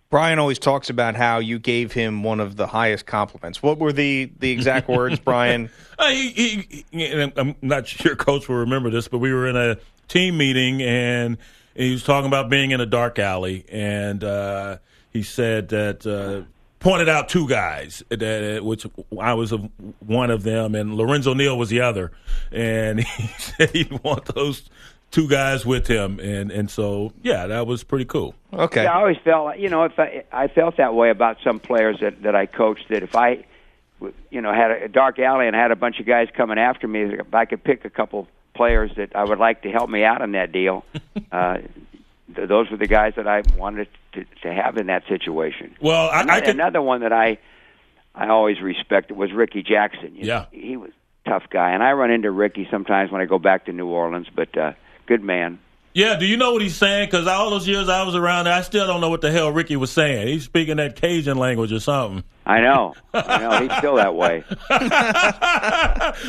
Speaker 2: Brian always talks about how you gave him one of the highest compliments. What were the the exact words, Brian?
Speaker 3: Uh, he, he, he- and I'm not sure Coach will remember this, but we were in a team meeting and he was talking about being in a dark alley, and uh, he said that uh, pointed out two guys, that, uh, which I was of one of them, and Lorenzo Neal was the other, and he said he'd want those two guys with him, and and so yeah, that was pretty cool.
Speaker 2: Okay.
Speaker 13: Yeah, I always felt like- you know if I I felt that way about some players that that I coached that if I you know had a dark alley and had a bunch of guys coming after me if I could pick a couple players that I would like to help me out on that deal. uh, th- those were the guys that I wanted to, to have in that situation.
Speaker 3: Well, I,
Speaker 13: another,
Speaker 3: I could.
Speaker 13: another one that I I always respected was Ricky Jackson. You
Speaker 3: Yeah.
Speaker 13: he was a tough guy, and I run into Ricky sometimes when I go back to New Orleans, but uh, good man.
Speaker 3: Yeah, do you know what he's saying? Because all those years I was around there, I still don't know what the hell Ricky was saying. He's speaking that Cajun language or something.
Speaker 13: I know. I know. He's still that way.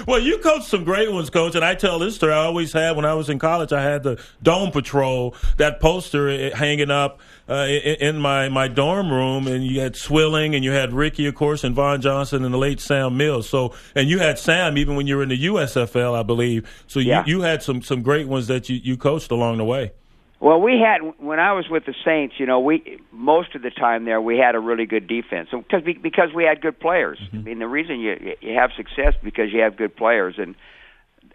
Speaker 3: Well, you coached some great ones, coach, and I tell this story. I always had when I was in college. I had the Dome Patrol that poster eh, hanging up uh, i- in my my dorm room, and you had Swilling, and you had Ricky, of course, and Von Johnson, and the late Sam Mills. So, and you had Sam even when you were in the USFL, I believe. So you,
Speaker 13: Yeah.
Speaker 3: you had some some great ones that you you coached along the way.
Speaker 13: Well, we had when I was with the Saints, you know, we most of the time there we had a really good defense because because we had good players. I mean, the reason you you have success because you have good players, and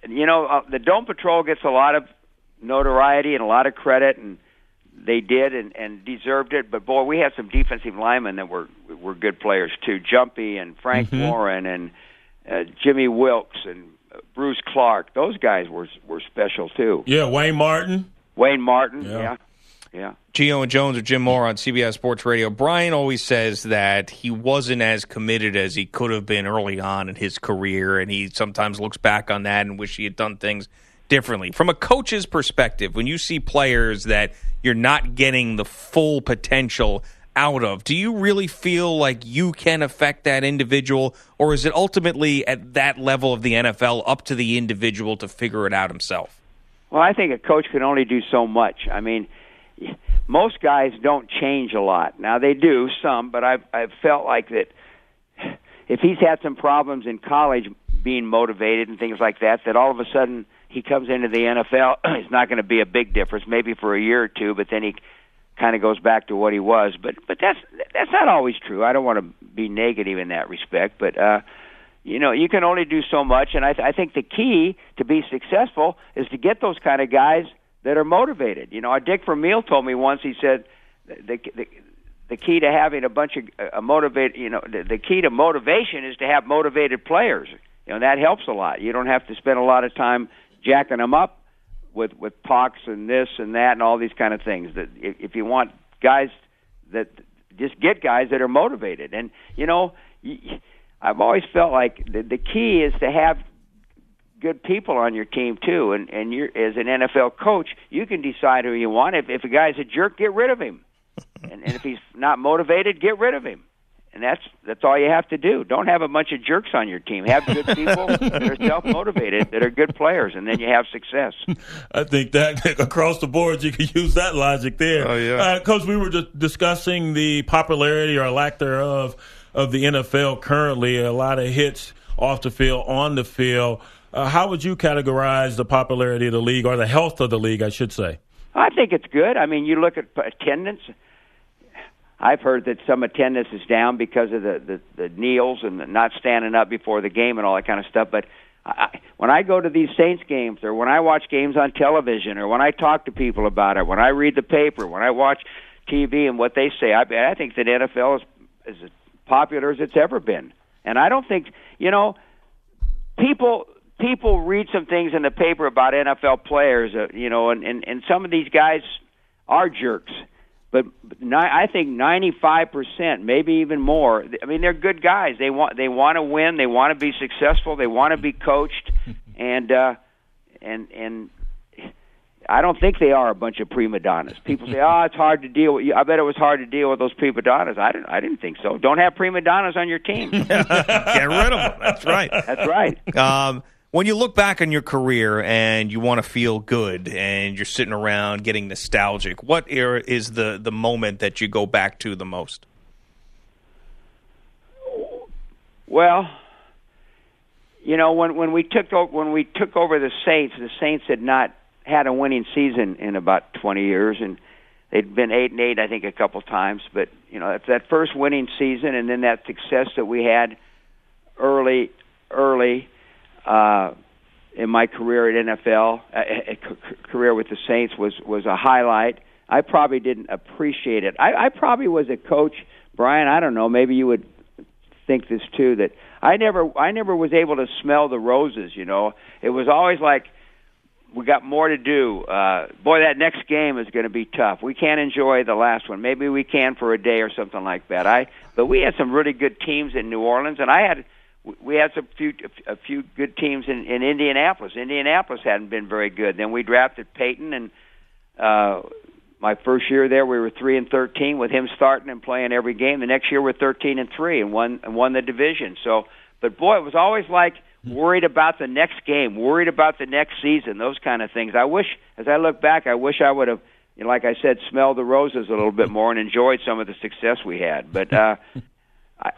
Speaker 13: you know uh, the Dome Patrol gets a lot of notoriety and a lot of credit, and they did and and deserved it. But boy, we had some defensive linemen that were were good players too, Jumpy and Frank
Speaker 14: Mhm.
Speaker 13: Warren and uh, Jimmy Wilkes and uh, Bruce Clark. Those guys were were special too.
Speaker 3: Yeah, Wayne Martin.
Speaker 13: Wayne Martin,
Speaker 2: Yeah.
Speaker 13: yeah. yeah.
Speaker 2: Gio and Jones or Jim Moore on CBS Sports Radio. Brian always says that he wasn't as committed as he could have been early on in his career, and he sometimes looks back on that and wish he had done things differently. From a coach's perspective, when you see players that you're not getting the full potential out of, do you really feel like you can affect that individual, or is it ultimately at that level of the NFL up to the individual to figure it out himself?
Speaker 13: Well, I think a coach can only do so much. I mean, most guys don't change a lot. Now they do some, but I've I've felt like that. If he's had some problems in college being motivated and things like that, that all of a sudden he comes into the NFL, it's not going to be a big difference. Maybe for a year or two, but then he kind of goes back to what he was. But but that's that's not always true. I don't want to be negative in that respect, but. uh you know, you can only do so much, and I, th- I think the key to be successful is to get those kind of guys that are motivated. You know, Dick Vermeil told me once. He said the the, the key to having a bunch of a motivate, you know, the, the key to motivation is to have motivated players. You know, that helps a lot. You don't have to spend a lot of time jacking them up with with pucks and this and that and all these kind of things. That if, if you want guys that just get guys that are motivated, and you know. Y- I've always felt like the, the key is to have good people on your team too, and and you're as an NFL coach, you can decide who you want. If if a guy's a jerk, get rid of him, and, and if he's not motivated, get rid of him. And that's that's all you have to do. Don't have a bunch of jerks on your team. Have good people that are self motivated, that are good players, and then you have success.
Speaker 3: I think that across the board, you could use that logic there. Oh, yeah. Uh, Coach, we were just discussing the popularity or lack thereof of the NFL currently. A lot of hits off the field, on the field. Uh, how would you categorize the popularity of the league or the health of the league, I should say?
Speaker 13: I think it's good. I mean, you look at p- attendance. I've heard that some attendance is down because of the the, the kneels and the not standing up before the game and all that kind of stuff. But I, I- when I go to these Saints games, or when I watch games on television, or when I talk to people about it, when I read the paper, when I watch TV and what they say, I I think that NFL is is as popular as it's ever been. And I don't think you know people people read some things in the paper about NFL players, uh, you know, and, and and some of these guys are jerks, but ni- I think ninety five percent, maybe even more. I mean, they're good guys. They want they want to win. They want to be successful. They want to be coached, and uh, and and. I don't think they are a bunch of prima donnas. People say, "Oh, it's hard to deal with." I bet it was hard to deal with those prima donnas. I didn't. I didn't think so. Don't have prima donnas on your team.
Speaker 2: Get rid of them. That's right.
Speaker 13: That's right.
Speaker 2: Um, when you look back on your career and you want to feel good and you're sitting around getting nostalgic, what era is the, the moment that you go back to the most?
Speaker 13: Well, you know when when we took o- when we took over the Saints, the Saints had not had a winning season in about 20 years, and they'd been eight and eight, I think, a couple times. But you know, it's that first winning season, and then that success that we had early, early uh, in my career at NFL, uh, uh, c- c- career with the Saints was was a highlight. I probably didn't appreciate it. I, I probably was a coach, Brian. I don't know. Maybe you would think this too that I never I never was able to smell the roses, you know. It was always like we got more to do. Uh boy that next game is going to be tough. We can't enjoy the last one. Maybe we can for a day or something like that. I but we had some really good teams in New Orleans and I had we had some few a few good teams in in Indianapolis. Indianapolis hadn't been very good. Then we drafted Peyton and Uh, my first year there, we were three and thirteen with him starting and playing every game. The next year, we're thirteen and three and won and won the division. So, but boy, it was always like worried about the next game, worried about the next season, those kind of things. I wish, as I look back, I wish I would have, you know, like I said, smelled the roses a little bit more and enjoyed some of the success we had. But uh, I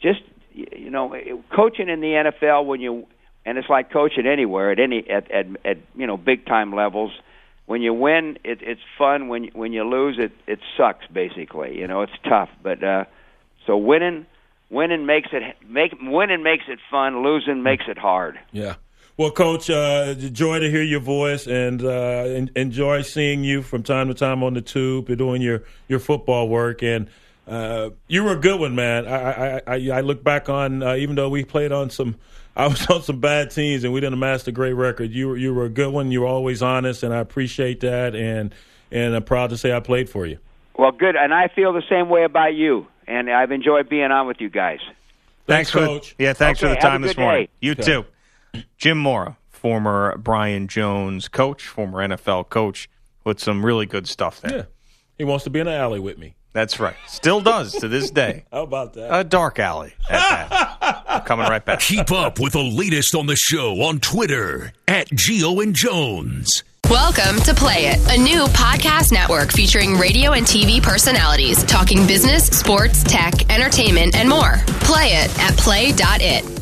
Speaker 13: just, y- you know, it- coaching in the NFL when you, and it's like coaching anywhere at any at at, at you know big time levels. When you win, it, it's fun. When you- when you lose, it it sucks. Basically, you know, it's tough. But uh, so winning. Winning makes it make winning makes it fun. Losing makes it hard.
Speaker 3: Yeah. Well, Coach, uh, joy to hear your voice and uh, en- enjoy seeing you from time to time on the tube and doing your, your football work. And uh, you were a good one, man. I I, I, I look back on uh, even though we played on some, I was on some bad teams and we didn't amass a great record. You were you were a good one. You were always honest, and I appreciate that. And and I'm proud to say I played for you.
Speaker 13: Well, good, and I feel the same way about you. And I've enjoyed being on with you guys.
Speaker 2: Thanks, for
Speaker 13: Coach.
Speaker 2: The, yeah, thanks for
Speaker 13: Okay,
Speaker 2: the
Speaker 13: have a
Speaker 2: time this
Speaker 13: good
Speaker 2: morning.
Speaker 13: day.
Speaker 2: You
Speaker 13: Okay.
Speaker 2: too. Jim Mora, former Brian Jones coach, former NFL coach, with some really good stuff there.
Speaker 3: Yeah. He wants to be in an alley with me.
Speaker 2: That's right. Still does to this day.
Speaker 3: How about that?
Speaker 2: A dark alley. at that. Coming right back.
Speaker 7: Keep up with the latest on the show on Twitter at Geo and Jones.
Speaker 14: Welcome to Play It, a new podcast network featuring radio and TV personalities talking business, sports, tech, entertainment, and more. Play it at play.it.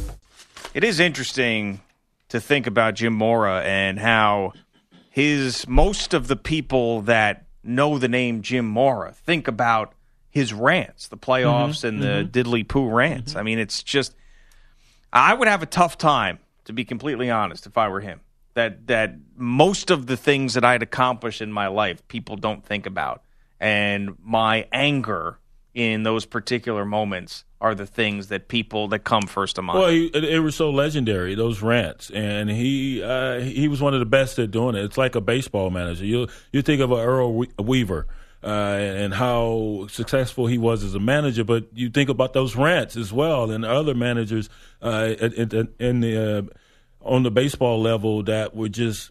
Speaker 2: It is interesting to think about Jim Mora and how his most of the people that know the name Jim Mora think about his rants, the playoffs and the diddly poo rants. I mean, it's just I would have a tough time, to be completely honest, if I were him. That that most of the things that I'd accomplished in my life, people don't think about, and my anger in those particular moments are the things that people that come first to mind.
Speaker 3: Well, he, it, it was so legendary those rants, and he uh, he was one of the best at doing it. It's like a baseball manager. You you think of a Earl We- Weaver uh, and how successful he was as a manager, but you think about those rants as well, and other managers uh, in, in- in the uh, on the baseball level that were just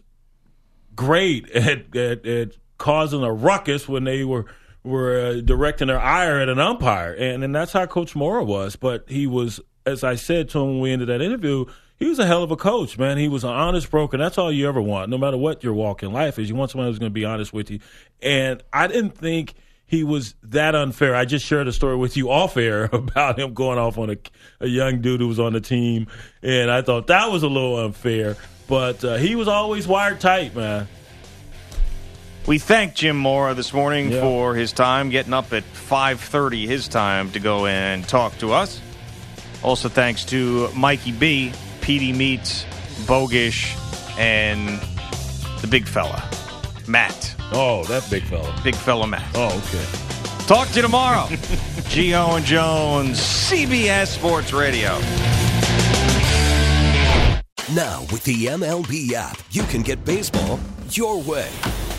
Speaker 3: great at, at, at causing a ruckus when they were were uh, directing their ire at an umpire, and and that's how Coach Mora was. But he was, as I said to him when we ended that interview, he was a hell of a coach, man. He was an honest broker. That's all you ever want, no matter what your walk in life is. You want somebody who's going to be honest with you. And I didn't think he was that unfair. I just shared a story with you off air about him going off on a, a young dude who was on the team, and I thought that was a little unfair. But uh, he was always wired tight, man.
Speaker 2: We thank Jim Mora this morning for his time, getting up at 5:30 his time to go and talk to us. Also, thanks to Mikey B, PD Meats, Bogish, and the big fella, Matt.
Speaker 3: Oh, that big fella.
Speaker 2: Big fella Matt.
Speaker 3: Oh, okay.
Speaker 2: Talk to you tomorrow. Geo and Jones, CBS Sports Radio.
Speaker 15: Now, with the MLB app, you can get baseball your way.